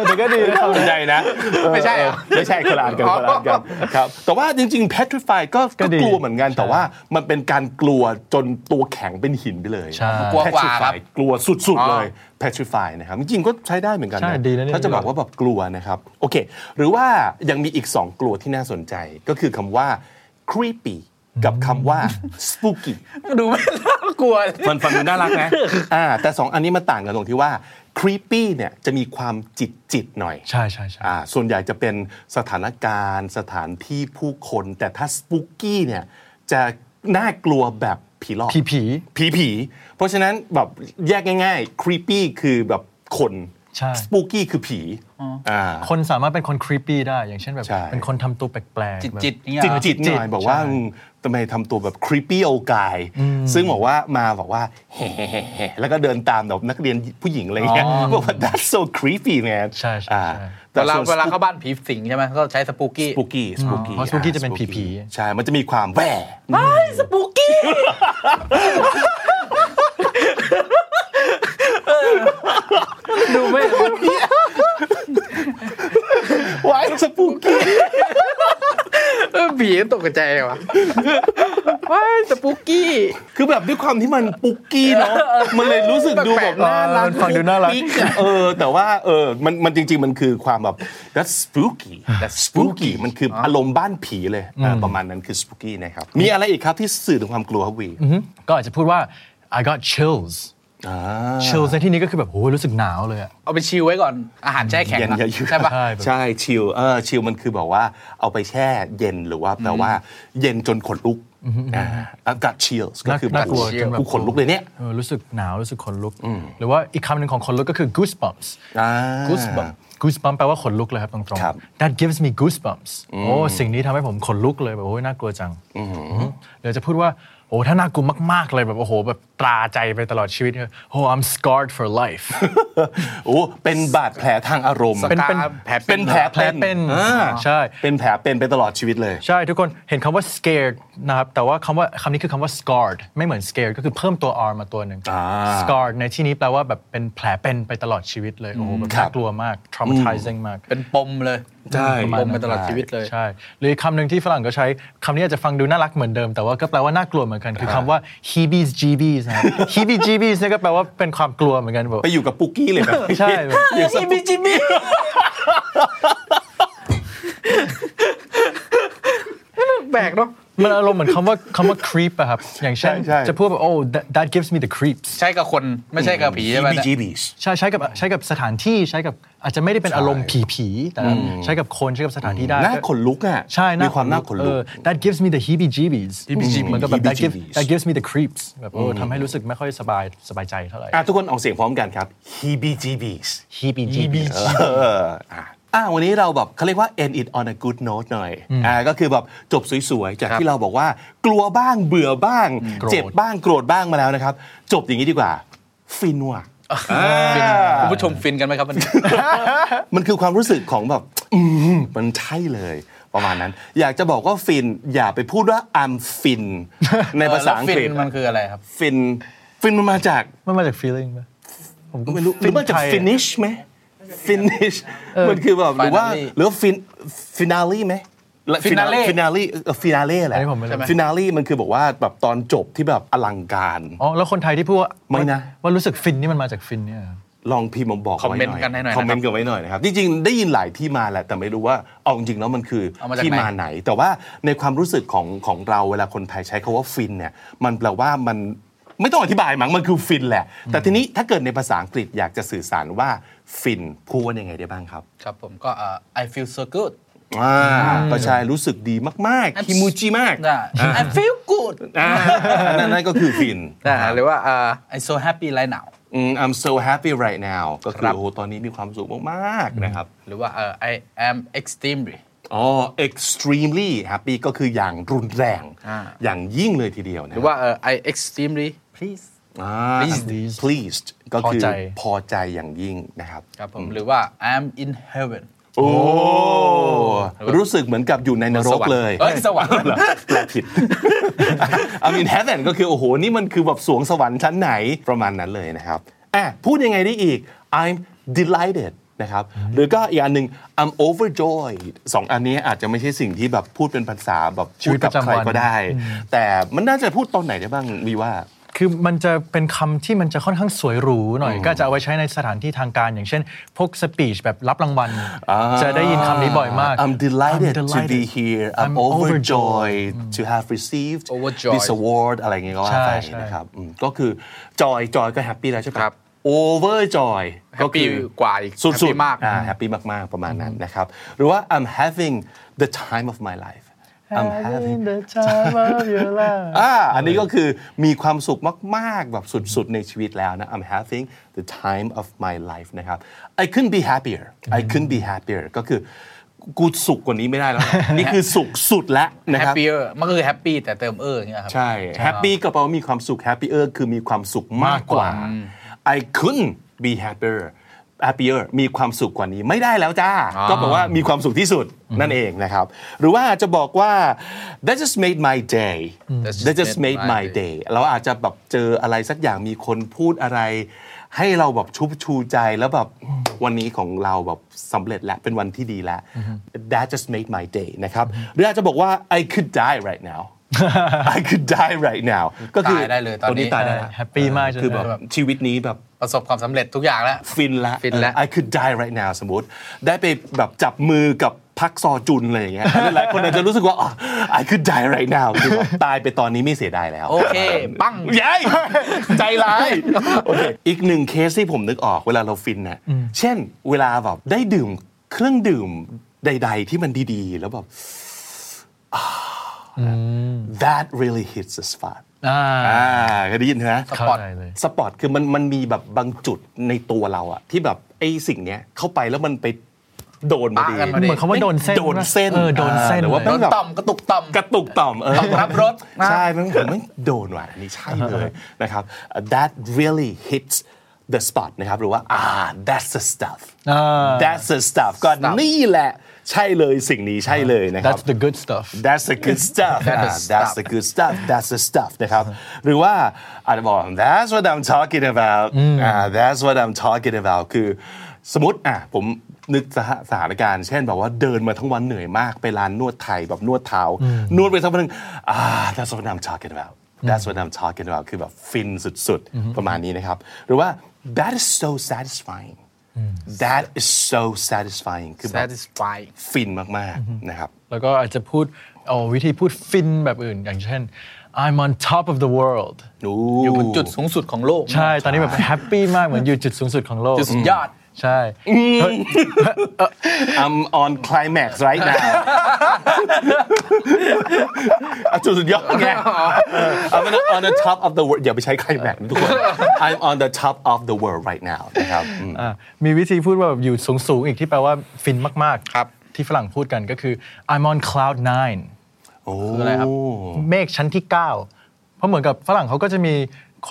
Speaker 1: แต่ก็ดีนะ
Speaker 3: ไม่ใช่นะ
Speaker 2: ไม่ใช่เหรอ
Speaker 3: ไม่ใช่คนละอันกันคนละอันกันครับแต่ว่าจริง ๆ petrify ก็ก็
Speaker 1: ก็ดี
Speaker 3: กลัวเหมือนกัน แต่ว่ามันเป็นการกลัวจนตัวแข็งเป็นหินไปเลย
Speaker 1: ใช่
Speaker 2: กลัวกว่าครับ
Speaker 3: Petrified กลัวสุด ๆ เลย petrify นะครับจริงๆก็ใช้ได้เหมือนกัน
Speaker 1: ใช่
Speaker 3: นะ
Speaker 1: ดีนะเนี่ย
Speaker 3: ถ้าจะบอกว่าแบบกลัวนะครับโอเค หรือว่ายังมีอีก 2 กลัวที่น่าสนใจก็คือคำว่า creepy กับคำว่า spooky
Speaker 2: ดูไม่น่ากลัวเลย
Speaker 3: ฟันฟันดูน่ารักนะอ่าแต่สองอันนี้มันต่างกันตรงที่ว่า creepy เนี่ยจะมีความจิตจิตๆหน่อย
Speaker 1: ใช่ใช่ใช่
Speaker 3: อ่าส่วนใหญ่จะเป็นสถานการณ์สถานที่ผู้คน แต่ถ้าสปูกี้เนี่ยจะน่ากลัวแบบผีหลอก
Speaker 1: ผีผี
Speaker 3: ผีผีเพราะฉะนั้นแบบแยกง่ายๆครีปปี้คือแบบคน
Speaker 1: ใช่
Speaker 3: สปูกี้คือผี่า
Speaker 1: คนสามารถเป็นคนครีปปี้ได้ อย่างเช่นแบบ
Speaker 3: ใช่
Speaker 1: เป็นคนทำตัวแปลกๆแบบ
Speaker 2: จิตๆอย่างเงี้ย
Speaker 3: จิต
Speaker 2: เหรอ
Speaker 3: จิตหน่อย
Speaker 1: จิต
Speaker 3: บอกว่า
Speaker 1: ใช่
Speaker 3: อืมทำไมทำตัวแบบครีปปี้โอกาย ซึ่งบอกว่ามาบอกว่าแฮ่ๆๆแล้วก็เดินตามแบบนักเรียนผู้หญิงอะไรเงี้ยบอกว่า that's so creepy man
Speaker 1: ใช่ใช่
Speaker 3: อ่า
Speaker 1: ใช่
Speaker 3: แต่
Speaker 2: เวลา
Speaker 3: ส่น
Speaker 2: เวลาเข้าบ้านผีสิงใช่ไหมก็ใช้สปูกี้
Speaker 3: สปูกี้สปูกี้
Speaker 1: เพราะ spooky จะเป็นผีผี
Speaker 3: ใช่ มันจะมีความแหว่
Speaker 4: ไอ้สปูกี้
Speaker 2: ดูไม่
Speaker 3: ไว้สปูกี้
Speaker 2: เออผีตกใจวะว้ายสปูกี้
Speaker 3: คือแบบด้วยความที่มันปุกกี้เนาะมันเลยรู้สึกดูแบบ
Speaker 2: แปลกๆ
Speaker 3: น่ารัก
Speaker 1: เออมันฟังดูน่ารัก
Speaker 3: ปุ๊ปิ๊อะเออ แต่ว่าเออมันมันจริง ๆ มันคือความแบบ that's spooky that's spooky มันคืออารมณ์บ้านผีเลยอ่าประมาณนั้นคือ spooky นะครับ มีอะไรอีกครับที่สื่อถึงความกลัวครับวี
Speaker 1: อือฮึก็อาจจะพูดว่า I got chills
Speaker 3: อ่า
Speaker 1: chills ในที่นี้ก็คือแบบโอ้ยรู้สึกหนาวเลยอะ
Speaker 2: เอาไปชิลไว้ก่อนอาหารแช่แข็ง
Speaker 3: เย็น
Speaker 2: อะ
Speaker 3: เยอะๆ
Speaker 2: ใช่ปะ
Speaker 1: ใช่แบบ
Speaker 3: ใช่ชิลเออชิลมันคือแบบว่าเอาไปแช่เย็นหรือว่าแปลว่า เย็นจนขนลุกอ่าอากาศชิลก็
Speaker 1: น่า
Speaker 3: คือแบ
Speaker 1: น่า
Speaker 3: บ
Speaker 1: กลัวจนแบบ
Speaker 3: กูขนลุกเลยเนี่ย
Speaker 1: ออรู้สึกหนาวรู้สึกขนลุก หรือว่าอีกคำหนึ่งของขนลุกก็คือ goosebumps
Speaker 3: อ่า
Speaker 1: goosebump goosebump แปลว่าขนลุกเลยครับตรง
Speaker 3: ครับ
Speaker 1: ๆ that gives me goosebumps โอ้สิ่งนี้ทำให้ผมขนลุกเลยแบบโอ้ยน่ากลัวจังเดี๋ยวจะพูดว่าโอ้ถ้าน่ากลัวมาก ๆ เลยแบบโอ้โหแบบตราใจไปตลอดชีวิตเลยโอ้ I'm scarred for life
Speaker 3: โอ้เป็นบาดแผลทางอารมณ์
Speaker 1: เป็นเป็น
Speaker 2: แผลเป็
Speaker 3: เป็น นแผล
Speaker 1: แผลเป็น
Speaker 3: อ่า
Speaker 1: ใช่
Speaker 3: เป็นแผลเป็นไปตลอดชีวิตเลย
Speaker 1: ใช่ ทุกคนเห็นคำว่า scared นะครับแต่ว่าคำว่าคำนี้คือคำว่า scarred ไม่เหมือน scared ก็คือเพิ่มตัว r มาตัวหนึ่ง
Speaker 3: อ่า
Speaker 1: scarred ในที่นี้แปลว่าแบบเป็นแผลเป็นไปตลอดชีวิตเลยโอ้โหแบบ
Speaker 3: ครั
Speaker 1: น่า
Speaker 3: บ
Speaker 1: กลัวมาก traumatizing มาก
Speaker 2: เป็นปมเลย
Speaker 3: ใช่
Speaker 2: เป็นปมไปตลอดชีวิตเลย
Speaker 1: ใช่หรืออกคำหนึ่งที่ฝรั่งก็ใช้คำนี้อาจจะฟังดูน่ารักเหมือนเดิม แต่ว่าก็แปลว่าน่ากลัวเหมือนกัน คือคำว่า heebies jeebies นะครับ heebies jeebies เนี่ยก็แปลว่าเป็นความกลัวเหมือนกันบอก
Speaker 3: ไปอยู่กับปุกกี้เลยนะ
Speaker 1: ใช่ แบบ
Speaker 3: อย่างส
Speaker 4: จิบิจิบิ
Speaker 2: แปลกเนาะ
Speaker 1: มันอารมณ์เหมือนคำว่าคำว่า creep อะครับ อย่างเช่น
Speaker 3: ใช่ใช่
Speaker 1: จะพูดแบบ oh that- that gives me the creeps
Speaker 2: ใช่กับคนไม่ใช่กับผีใช่ไหม
Speaker 3: บี
Speaker 2: เนี่ย
Speaker 3: จีบีส
Speaker 1: ใช่ใช้กับใช้กับสถานที่ใช้กับอาจจะไม่ได้เป็นอารมณ์ผีผีๆแต่ใช้กับคนใช้กับสถานที่ได้
Speaker 3: น่าขนลุกอะ
Speaker 1: ใช่
Speaker 3: มีความน่าขนลุก
Speaker 1: เออ that gives me the heebie jeebies
Speaker 3: heebie-jeebies
Speaker 1: มันก็แบบ that gives
Speaker 3: heebie-jeebies
Speaker 1: that gives me the creeps แบบเออทำให้รู้สึกไม่ค่อยสบายสบายใจเท่าไหร่
Speaker 3: อ่ะทุกคนออกเสียงพร้อมกันครับ heebie-jeebies
Speaker 1: heebie
Speaker 3: เอ
Speaker 1: jeebies
Speaker 3: ออ่ะอ่ะวันนี้เราแบบเขาเรียกว่า end it on a good note หน่อยอ่าก็คือแบบจบสวยๆ จากที่เราบอกว่ากลัวบ้างเบื่อบ้าง
Speaker 1: โกรธ
Speaker 3: เจ็บบ้างโกรธบ้างมาแล้วนะครับ จบอย่างนี้ดีกว่า ฟินว่ะ
Speaker 2: ฟินคุณผู้ชมฟินกันไหมครับวันนี้
Speaker 3: มันคือความรู้สึกของแบบ อืม มันใช่เลย ประมาณนั้น อยากจะบอกว่าฟิน อย่าไปพูดว่า I'm fin ในภาษาอังกฤษ
Speaker 2: แล้วฟินมันคืออะไรครับ
Speaker 3: ฟินฟินมันมาจาก
Speaker 1: มันมาจาก feeling ป่ะผมก็
Speaker 3: ไม่รู้หรือว่าจะ
Speaker 1: ไทย
Speaker 3: finish ไหม finish มันคือแบบหรือว่า
Speaker 2: Finale
Speaker 3: หรือว่า fin finale ไหม
Speaker 2: Finale
Speaker 3: finale เออ finale แห
Speaker 1: อั
Speaker 3: ละ
Speaker 1: นนี้ผมไม่รู้
Speaker 3: finale มันคือบอกว่าแบบตอนจบที่แบบอลังการ
Speaker 1: อ๋อแล้วคนไทยที่พูดว่า
Speaker 3: ไม่นะ
Speaker 1: ว่ารู้สึกฟินนี่มันมาจากฟินเนี่ยครับ
Speaker 3: ลองพิมพ์มาบอก
Speaker 2: คอมเมนต์กันให้หน่อยนะค
Speaker 3: ค
Speaker 2: รับ
Speaker 3: อมเมนต์กันไว้หน่อยนะครับ จริงๆ ได้ยินหลายที่มาแหละ แต่ไม่รู้ว่าเอาจริงๆแล้วมันคือ
Speaker 2: เอามาจากไหน
Speaker 3: ที่มาไหน แต่ว่าในความรู้สึกของของเราเวลาคนไทยใช้คาว่าฟินเนี่ย มันแปลว่ามันไม่ต้องอธิบายมั้งมันคือฟินแหละ แต่ทีนี้ถ้าเกิดในภาษาอังกฤษอยากจะสื่อสารว่าฟินพูดว่ายังไงได้บ้างครับ
Speaker 2: ครับผมก็เอ่อ I feel so good
Speaker 3: อ่าก็ใช่รู้สึกดีมากๆคิมูจิมาก
Speaker 2: ได้ I feel good
Speaker 3: อ่านั่นนั่นก็คือฟิน
Speaker 2: ได้หรือว่าเอ่อ I so happy right now
Speaker 3: อืม I'm so happy right now ก็คือ
Speaker 2: ครับ
Speaker 3: โอ้โหตอนนี้มีความสุขมากๆนะครับ
Speaker 2: หรือว่าเอ่อ I am extremely
Speaker 3: อ๋อ extremely happy ก็คืออย่างรุนแรง
Speaker 2: อ่า
Speaker 3: อย่างยิ่งเลยทีเดียวนะ
Speaker 2: ห
Speaker 3: ค
Speaker 2: รื
Speaker 3: บ
Speaker 2: อว่าเอ่อ I extremely please
Speaker 3: อ่า
Speaker 1: pleased
Speaker 3: pleased ก็คือ
Speaker 1: พอใจ
Speaker 3: พอใจอย่างยิ่งนะครับ
Speaker 2: ครับผมหรือว่า I am in heaven
Speaker 3: โอ้ รู้สึกเหมือนกับอยู่ในนรกเลย
Speaker 2: เอ้ยสวรรค์
Speaker 3: เหรอแปลผิด I mean heaven ก็คือโอ้โห นี่มันคือแบบสวงสวรรค์ชั้นไหนประมาณนั้นเลยนะครับอ่ะพูดยังไงได้อีก I'm delighted นะครับ หรือก็อีกอันหนึ่ง I'm overjoyed สองอันนี้อาจจะไม่ใช่สิ่งที่แบบพูดเป็นภาษาแบบ
Speaker 1: ชี
Speaker 3: พู
Speaker 1: วิ
Speaker 3: ด
Speaker 1: ตป
Speaker 3: กับ
Speaker 1: ระจำวัน
Speaker 3: ใครก็ได้ แต่มันน่าจะพูดตอนไหนได้บ้างวีว่า
Speaker 1: คือมันจะเป็นคำที่มันจะค่อนข้างสวยหรูหน่อย ก็จะเอาไว้ใช้ในสถานที่ทางการอย่างเช่น พวกสปีชแบบรับรางวัล จะได้ยินคำนี้บ่อยมาก
Speaker 3: I'm delighted,
Speaker 1: I'm
Speaker 3: to be here I'm,
Speaker 1: I'm
Speaker 3: overjoyed to have received
Speaker 2: Overjoyed
Speaker 3: this award อะไรเงี้ยก็ว่าไป
Speaker 1: ใช่ใช่
Speaker 3: นะครับอืมก็คือ joy joy ก็ happy แล้วใช่ปะ
Speaker 2: ครับ
Speaker 3: overjoy ก็คือ
Speaker 2: Happy กว่าอีก
Speaker 3: สุด
Speaker 2: Happy
Speaker 3: ๆ
Speaker 2: มาก
Speaker 3: อ่า happy มาก ๆ ประมาณนั้นนะครับ หรือว่า I'm having the time of my life I'm having
Speaker 1: the time of your life
Speaker 3: อ่าอันนี้ก็คือมีความสุขมาก ๆ แบบสุด ๆ ในชีวิตแล้วนะ I'm having the time of my life นะครับ I couldn't be happier I couldn't be happier ก็คือกูสุขกว่านี้ไม่ได้แล้วนะ นี่คือสุขสุดแล้วนะครับ
Speaker 2: happier มันก็คือ happy แต่เติมเอออย่างเงี้ยครับ
Speaker 3: ใช่ happy ก็แปลว่ามีความสุข happier คือมีความสุขมากกว่า I couldn't be happier happier มีความสุขกว่านี้ไม่ได้แล้วจ้า
Speaker 2: อ่า
Speaker 3: ก็แปลว่ามีความสุขที่สุดนั่นเองนะครับ หรือว่าจะบอกว่า that just made my day that just made my day เราอาจจะแบบเจออะไรสักอย่างมีคนพูดอะไร ให้เราแบบชุบชูใจแล้วแบบวันนี้ของเราแบบสำเร็จแล้วเป็นวันที่ดีแล้ว that just made my day นะครับหรืออาจจะบอกว่า I could die right now I could die right now ก็คือ
Speaker 2: ตายได้เลยตอนนี้
Speaker 3: ตายได้ล้ว
Speaker 1: แฮปปี้มากจน
Speaker 3: คือแบบชีวิตนี้แบบ
Speaker 2: ประสบความสำเร็จทุกอย่างแล้ว
Speaker 3: ฟินละ
Speaker 2: ฟินละ
Speaker 3: เออ I could die right now สมมติ ได้ไปแบบจับมือกับพักซอจุนอะไรอย่างเงี้ยหลายๆคนอาจจะรู้สึกว่าอ๋อ I could die right now คือแบบตายไปตอนนี้ไม่เสียดายแล้ว
Speaker 2: โอเค ปั้ง
Speaker 3: ยัยใจร้ายโอเคอีกหนึ่งเคสที่ผมนึกออกเวลาเราฟินนะเช่น เวลาแบบได้ดื่มเครื่องดื่มใด ๆ ที่มันดีๆ แล้วแบบ that really hits the spot
Speaker 1: อ่า
Speaker 3: อ่าเคยได้ยินใช่ไหม
Speaker 1: เข้าใจเลย
Speaker 3: สปอตคือมันมันมีแบบบางจุดในตัวเราอะที่แบบไอ้สิ่งเนี้ยเข้าไปแล้วมันไปโดนมาดี
Speaker 2: ปะกันมา
Speaker 1: เหมือนคำว่าโดนเส้น
Speaker 3: โดนเส้น
Speaker 1: เออโดนเส้
Speaker 3: อ่า
Speaker 1: น
Speaker 3: หรือว่า
Speaker 2: โด
Speaker 1: เลย
Speaker 2: นต่อมกระตุกต่อม
Speaker 3: กระตุกต่อมเออ
Speaker 2: ต้องรับรสนะ
Speaker 3: ใช่มันผมไม่โดนว่ะอันนี่ใช่ เลยนะครับ that really hits the spot นะครับหรือว่า ah that's the stuff
Speaker 1: อ่า
Speaker 3: that's the stuff ก็นี่แหละ ใช่เลยสิ่งนี้ใช่เลยนะครับ
Speaker 1: that's the good stuff
Speaker 3: That's the good stuff
Speaker 2: That's the
Speaker 3: อ่า That's the good stuff That's the stuff นะครับ หรือว่าอาจจะบอก That's what I'm talking about อ่า That's what I'm talking about คือสมมติอ่ะผมนึกสถาสถานการณ์ เช่นแบบว่าเดินมาทั้งวันเหนื่อยมาก ไปร้านนวดไทยแบบนวดเท้า นวดไปสักพักหนึงอ่า That's what I'm talking about That's what I'm talking about คือแบบฟินสุดๆ ประมาณนี้นะครับ หรือว่า That is so satisfying That is so satisfying คือแบบ
Speaker 2: satisfy
Speaker 3: ฟินมากๆนะครับ
Speaker 1: แล้วก็อาจจะพูดเอาวิธีพูดฟินแบบอื่น อย่างเช่น I'm on top of the world
Speaker 2: อยู่บนจุดสูงสุดของโลก
Speaker 1: ใช่ ตอนนี้แบบแฮปปี้มากเหมือนอยู่จุดสูงสุดของโลก
Speaker 2: จุดสุดยอด
Speaker 1: ใช่
Speaker 3: I'm on climax right now อ่ะจุดสุดยอดไง I'm on the, on the top of the world อย่าไปใช้ climax นะทุกคน I'm on the top of the world right now นะครับอืม
Speaker 1: อ่ะมีวิธีพูดว่าแบบอยู่สูงสูงๆอีกที่แปลว่าฟินมากๆ
Speaker 2: ครับ
Speaker 1: ที่ฝรั่งพูดกันก็คือ I'm on cloud nine
Speaker 3: โอ้
Speaker 1: คืออะไรครับเมฆชั้นที่ 9 เพราะเหมือนกับฝรั่งเขาก็จะมี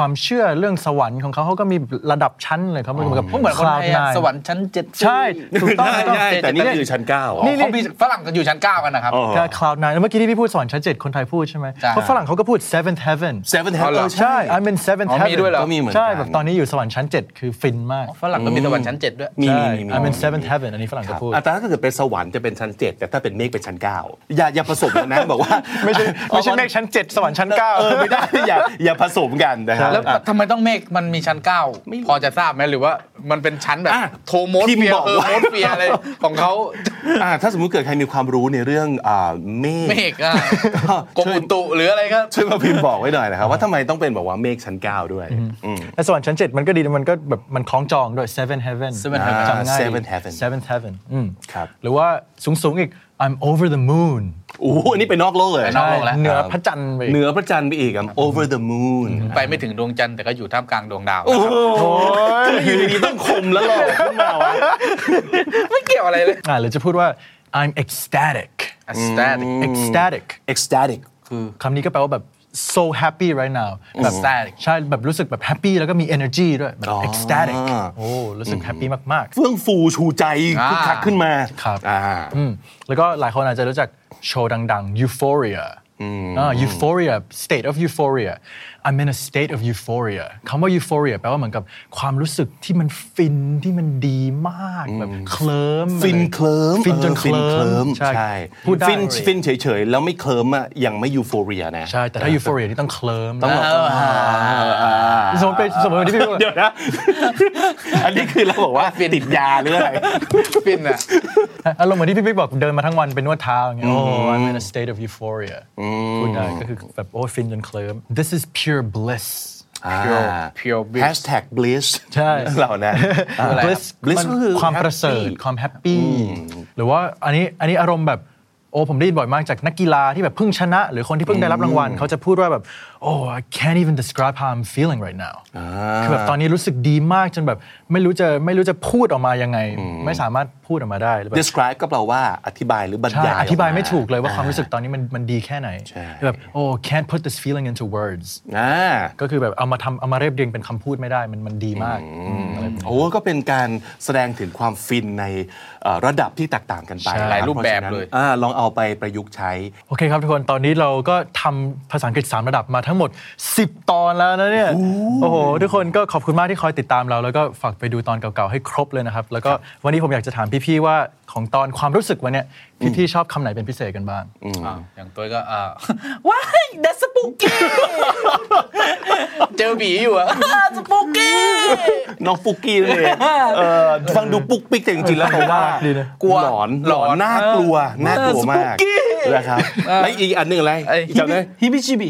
Speaker 1: ความเชื่อเรื่องสวรรค์ของเขาเขาก็มีระดับชั้นเลยเขาเหมือนกับ
Speaker 2: เหมือนคนไทยอะ
Speaker 1: คลาวด์น
Speaker 5: สวรรค์ชั้นเจ็ด
Speaker 1: ใช่ถูกต้อง
Speaker 3: ใช่
Speaker 1: ถูกต้อง
Speaker 3: ใช่แต่นี่คือชั้นเก้า
Speaker 2: อ๋อ
Speaker 1: นี่
Speaker 2: เขามีฝรั่งก็อยู่ชั้นเก้ากันนะครับ
Speaker 3: อ๋อ
Speaker 1: ก็ cloud nine แล้วเมื่อกี้ที่พี่พูดสวรรค์ชั้นเจ็ดคนไทยพูดใช่ไหม
Speaker 2: ใช่
Speaker 1: เพราะฝรั่งเขาก็พูด seventh heaven
Speaker 3: seven
Speaker 2: อ๋อเหรอ
Speaker 3: heaven
Speaker 1: ใช่ I'm in seventh
Speaker 2: อ๋อมี
Speaker 1: heaven
Speaker 2: ด้วยเหรอ
Speaker 3: ก็มีเหมือนกัน
Speaker 1: ใช่แบบตอนนี้อยู่สวรรค์ชั้นเจ็ดคือฟินมาก
Speaker 5: ฝรั่งก็มีสวรรค์ชั้นเจ็ดด้วย
Speaker 3: มี
Speaker 1: ใช่
Speaker 3: มีมีมี
Speaker 1: I'm in seventh heaven อันนี้ฝรั่ง
Speaker 3: ครั
Speaker 1: ก็
Speaker 3: บ
Speaker 1: พูด
Speaker 3: อ่ะแต่ถ้าเกิดเป็นสวรรค์จะเป็นชั้นเจ็ดแต่ถ้าเป็นเมฆเป็นชั้นเก้าอย่าอย่าผสมกันนะ บอกว่า
Speaker 1: ไม่ใช่ไม่ใช่เมฆชั้นเจ็ดสวรรค์ชั้นเก้า
Speaker 3: เออไม่ได้อย่าอย่าผสมกันนะครับ
Speaker 2: แล้ว
Speaker 3: อ่ะ
Speaker 2: ทำไมต้องเมฆมันมีชั้นเก้าพอจะทราบไหมหรือว่ามันเป็นชั้นแบบ
Speaker 3: อ่ะ
Speaker 2: โทโมส
Speaker 3: ที่
Speaker 2: เฟีย
Speaker 3: บอก
Speaker 2: เออ
Speaker 3: ว่า
Speaker 2: โมสเฟีย อะไรของเขา
Speaker 3: อ่ะถ้าสมมุติเกิดใครมีความรู้ในเรื่องอ่าเมฆ
Speaker 2: เมฆ อะกรมอุตุหรืออะไรก็
Speaker 3: ช่วยมาพิมพ์บอกไว้หน่อยนะครับว่าทำไมต้องเป็นแบบว่าเมฆชั้นเก้าด้วยอืม
Speaker 1: แต่สวรรค์ชั้นเจ็ดมันก็ดีมันก็แบบมันคล้องจองด้วย seven heaven
Speaker 2: Seven Heaven
Speaker 1: จำง่าย
Speaker 3: Seven Heaven
Speaker 1: seven heaven อืม
Speaker 3: ครับ
Speaker 1: หรือว่าสูงสูงๆอีก I'm over the moon
Speaker 3: โอ้โหอันนี้ไปนอกโลกเลย
Speaker 2: ไปนอกโลกแล้ว
Speaker 1: เหนือพระจันทร์ไปอีก
Speaker 3: เหนือพระจันทร์ไปอีกครับ over the moon
Speaker 2: ไปไม่ถึงดวงจันทร์แต่ก็อยู่ท่ามกลางดวงดาว
Speaker 3: โอ้โหอยู่ดีๆต้องคมแล้วหรอขึ้นมาวะ
Speaker 2: ไม่เกี่ยวอะไรเลย
Speaker 1: อ่าหรือจะพูดว่า I'm ecstatic
Speaker 2: อัสแตน
Speaker 1: ecstatic
Speaker 3: ecstatic
Speaker 1: คำนี้ก็แปลว่าแบบ so happy right now แบบ
Speaker 2: Ecstatic
Speaker 1: ใช่แบบรู้สึกแบบ happy แล้วก็มี energy ด้วยแบบ
Speaker 3: อ๋อ
Speaker 1: ecstatic โอ้รู้สึก happy มาก
Speaker 3: เฟื่องฟูชูใจ
Speaker 2: อ่า
Speaker 3: คึกคักขึ้นมา
Speaker 1: ครับ
Speaker 3: อ่า
Speaker 1: ๆอืมแล้วก็หลายคนอาจจะรู้จักโชว์ดังๆ euphoria อ่า euphoria state of euphoria I'm in a state of euphoria คำว่า euphoria แปลว่าเหมือนกับความรู้สึกที่มันฟินที่มันดีมากแบบเคลิ้ม
Speaker 3: ฟิน
Speaker 1: อะไร
Speaker 3: เคลิ้ม
Speaker 1: ฟินจน
Speaker 3: ออ
Speaker 1: เคลิ้ม
Speaker 3: ใช่
Speaker 1: พูดได้
Speaker 3: ฟินฟินเฉยๆ แล้วไม่เคลิ้มอ่ะยังไม่ยูโฟเรียนะ
Speaker 1: ใช่แต่ถ้า euphoria นี่ต้องเคลิ้ม
Speaker 3: ต้อง
Speaker 1: นะ
Speaker 3: บอก
Speaker 1: สมมติเป็นสมมติที่พี่พูด
Speaker 3: เดี๋ยวนะ อันนี้คือเราบอกว่าติดยาหรืออะไร
Speaker 2: ฟินอะ
Speaker 1: อารมณ์เหมือนที่พี่ปิ๊กบอกเดินมาทั้งวันเป็นนวดเท้าอย่างเงี้ยโอ้ I'm in a state of euphoria พูดได้ก็คือแบบ โอ้ยฟินจนเคลิ้ม This is pure bliss
Speaker 2: เพียวบิ
Speaker 3: hashtag bliss
Speaker 1: ใช่
Speaker 3: เหล่านั้น
Speaker 1: bliss
Speaker 3: bliss
Speaker 1: มัน
Speaker 3: ก็คือ
Speaker 1: ความประเสริฐ
Speaker 3: happy
Speaker 1: ความแฮปปี้หรือว่าอันนี้อันนี้อารมณ์แบบโอ้ผมได้ยินบ่อยมากจากนักกีฬาที่แบบเพิ่งชนะ หรือคนที่เพิ่งได้รับรางวัล เขาจะพูดว่าแบบ oh I can't even describe how I'm feeling right now คือแบบตอนนี้รู้สึกดีมากจนแบบไม่รู้จะไม่รู้จะพูดออกมายังไง ไม่สามารถพูดออกมาได้หรือแบบ
Speaker 3: describe ก็แปลว่าอธิบายหรือบรร
Speaker 1: ใช่
Speaker 3: ยาย
Speaker 1: อธิบายไม่ถูกเลยว่า
Speaker 3: อ่
Speaker 1: ความรู้สึกตอนนี้มันมันดีแค่ไหน
Speaker 3: ใช่
Speaker 1: แบบโอ้ can't put this feeling into words
Speaker 3: อ่า
Speaker 1: ก็คือแบบเอามาทำเอามาเรียบเรียงเป็นคำพูดไม่ได้มันมันดีมากอะไรแบบนี้
Speaker 3: โอ้ก็เป็นการแสดงถึงความฟินในเอ่อระดับที่แตกต่างกันไป
Speaker 1: ใช่
Speaker 3: นะค
Speaker 2: หลายรูปแบบ
Speaker 3: พะฉะนั้น
Speaker 2: เลย
Speaker 3: อ่าลองเอาไปประยุกต์ใช้
Speaker 1: โอเคครับทุกคนตอนนี้เราก็ทำภาษาอังกฤษ 3 ระดับมาทั้งหมด 10 ตอนแล้วนะเนี่ย โอ้โห ทุกคนก็ขอบคุณมากที่คอยติดตามเรา แล้วก็ฝากไปดูตอนเก่าๆให้ครบเลยนะครับ แล้วก็วันนี้ผมอยากจะถามพี่ๆว่าของตอนความรู้สึกวันเนี้ยพี่ๆชอบคำไหนเป็นพิเศษกันบ้าง
Speaker 2: อ่ะอย่างตัวก็ อ่า
Speaker 5: ว้ายดัสปุกี้
Speaker 2: เจอบีอยู่อะ
Speaker 5: สปุกี้
Speaker 3: น้องปุกกี้นั่นเลยเออฟังดูปุกปิกแต่จริงๆแล้วเขาว่า
Speaker 1: น่ารักดีนะ
Speaker 3: กลัวหลอนหลอนน่ากลัวน่ากลัวมาก
Speaker 5: spooky
Speaker 3: นะครับและอีกอันหนึ่งอะไร
Speaker 2: ไอ้
Speaker 3: จำได้
Speaker 5: ฮิบิชิบิ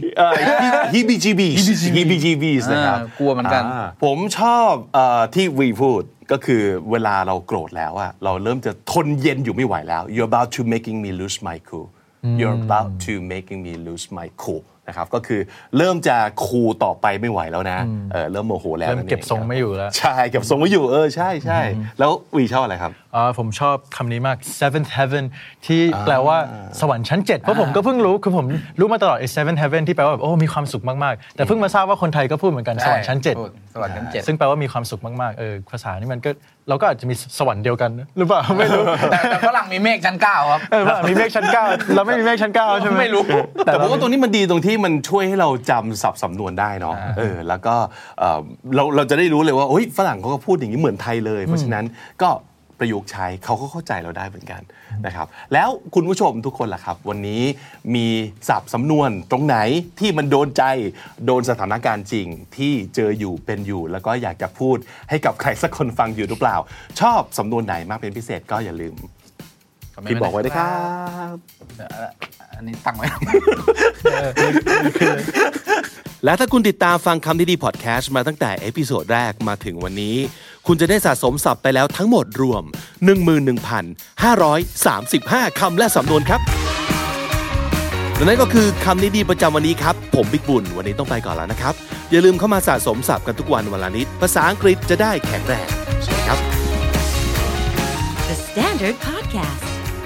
Speaker 3: ฮิบิจิบีฮิบิจิบีนะครับ
Speaker 2: อ่ากลัวเหมือนกัน
Speaker 3: าผมชอบเอ่อที่วีพูดก็คือเวลาเราโกรธแล้วอะเราเริ่มจะทนเย็นอยู่ไม่ไหวแล้ว you're about to making me lose my cool you're about to making me lose my cool นะครับก็คือเริ่มจะคูลต่อไปไม่ไหวแล้วนะเออเริ่มโมโหแล้ว
Speaker 1: เริ่ม
Speaker 3: นั่นอง
Speaker 1: เก็บทรง
Speaker 3: คบ
Speaker 1: ไม่อยู่แล้ว
Speaker 3: ใช่เก็บทรงไว้อยู่เออใช่ใช่แล้ววีชอบอะไรครับ
Speaker 1: อ่าผมชอบคำนี้มาก seventh heaven ที่แปลว่าสวรรค์ชั้นเจ็ดเพราะผมก็เพิ่งรู้คือผมรู้มาตลอดไอ้ seventh heaven ที่แปลว่าแบบโอ้มีความสุขมาก ๆ แต่เพิ่งมาทราบว่าคนไทยก็พูดเหมือนกันสวรรค์ชั้นเจ็ด
Speaker 2: พูสวรรค์ชั้นเจ็ด
Speaker 1: ซึ่งแปลว่ามีความสุขมาก ๆ เออภาษานี่มันก็เราก็อาจจะมีสวรรค์เดียวกันนะหรือเปล่า ไม่รู้
Speaker 2: แต่แต่ฝรั่งมีเมฆชั้นเก้าครับ
Speaker 1: เออว่ามีเมฆชั้นเก้าเราไม่มีเมฆชั้นเก้าใช่ไหม
Speaker 2: ไม่รู้
Speaker 1: แต่
Speaker 3: แต่ผ
Speaker 1: เรา
Speaker 3: มว่าตรงนี้มันดีตรงที่มันช่วยให้เราจำศัพท์สำนวนได้เนาะเออแล้วก็เอ่อเราเราจะได้รู้เลยว่าโอ้ยฝรั่งเขาก็พูดอย่างนี้เหมือนไทยเลย เพราะฉะนั้นก็ประยุกต์ใช้เขาก็เข้าใจเราได้เหมือนกันนะครับแล้วคุณผู้ชมทุกคนล่ะครับ วันนี้มีศัพท์สำนวนตรงไหนที่มันโดนใจโดนสถานการณ์จริงที่เจออยู่เป็นอยู่ แล้วก็อยากจะพูดให้กับใครสักคนฟังอยู่หรือเปล่า ชอบสำนวนไหนมากเป็นพิเศษก็อย่าลืมพิมพ์บอกไว้ด้วยครับ
Speaker 2: อันนี้ตั้งไว้
Speaker 3: และถ้าคุณติดตามฟังคำดีดีพอดแคสต์มาตั้งแต่เอพิโซดแรกมาถึงวันนี้ คุณจะได้สะสมศัพท์ไปแล้วทั้งหมดรวม 11,535 คำและสำนวนครับและนั่นก็คือคำนิดีประจำวันนี้ครับ ผมบิ๊กบุญ วันนี้ต้องไปก่อนแล้วนะครับ อย่าลืมเข้ามาสะสมศัพท์กันทุกวันวันละนิด ภาษาอังกฤษจะได้แข็งแรงสวัสดีครับ
Speaker 4: The Standard Podcast,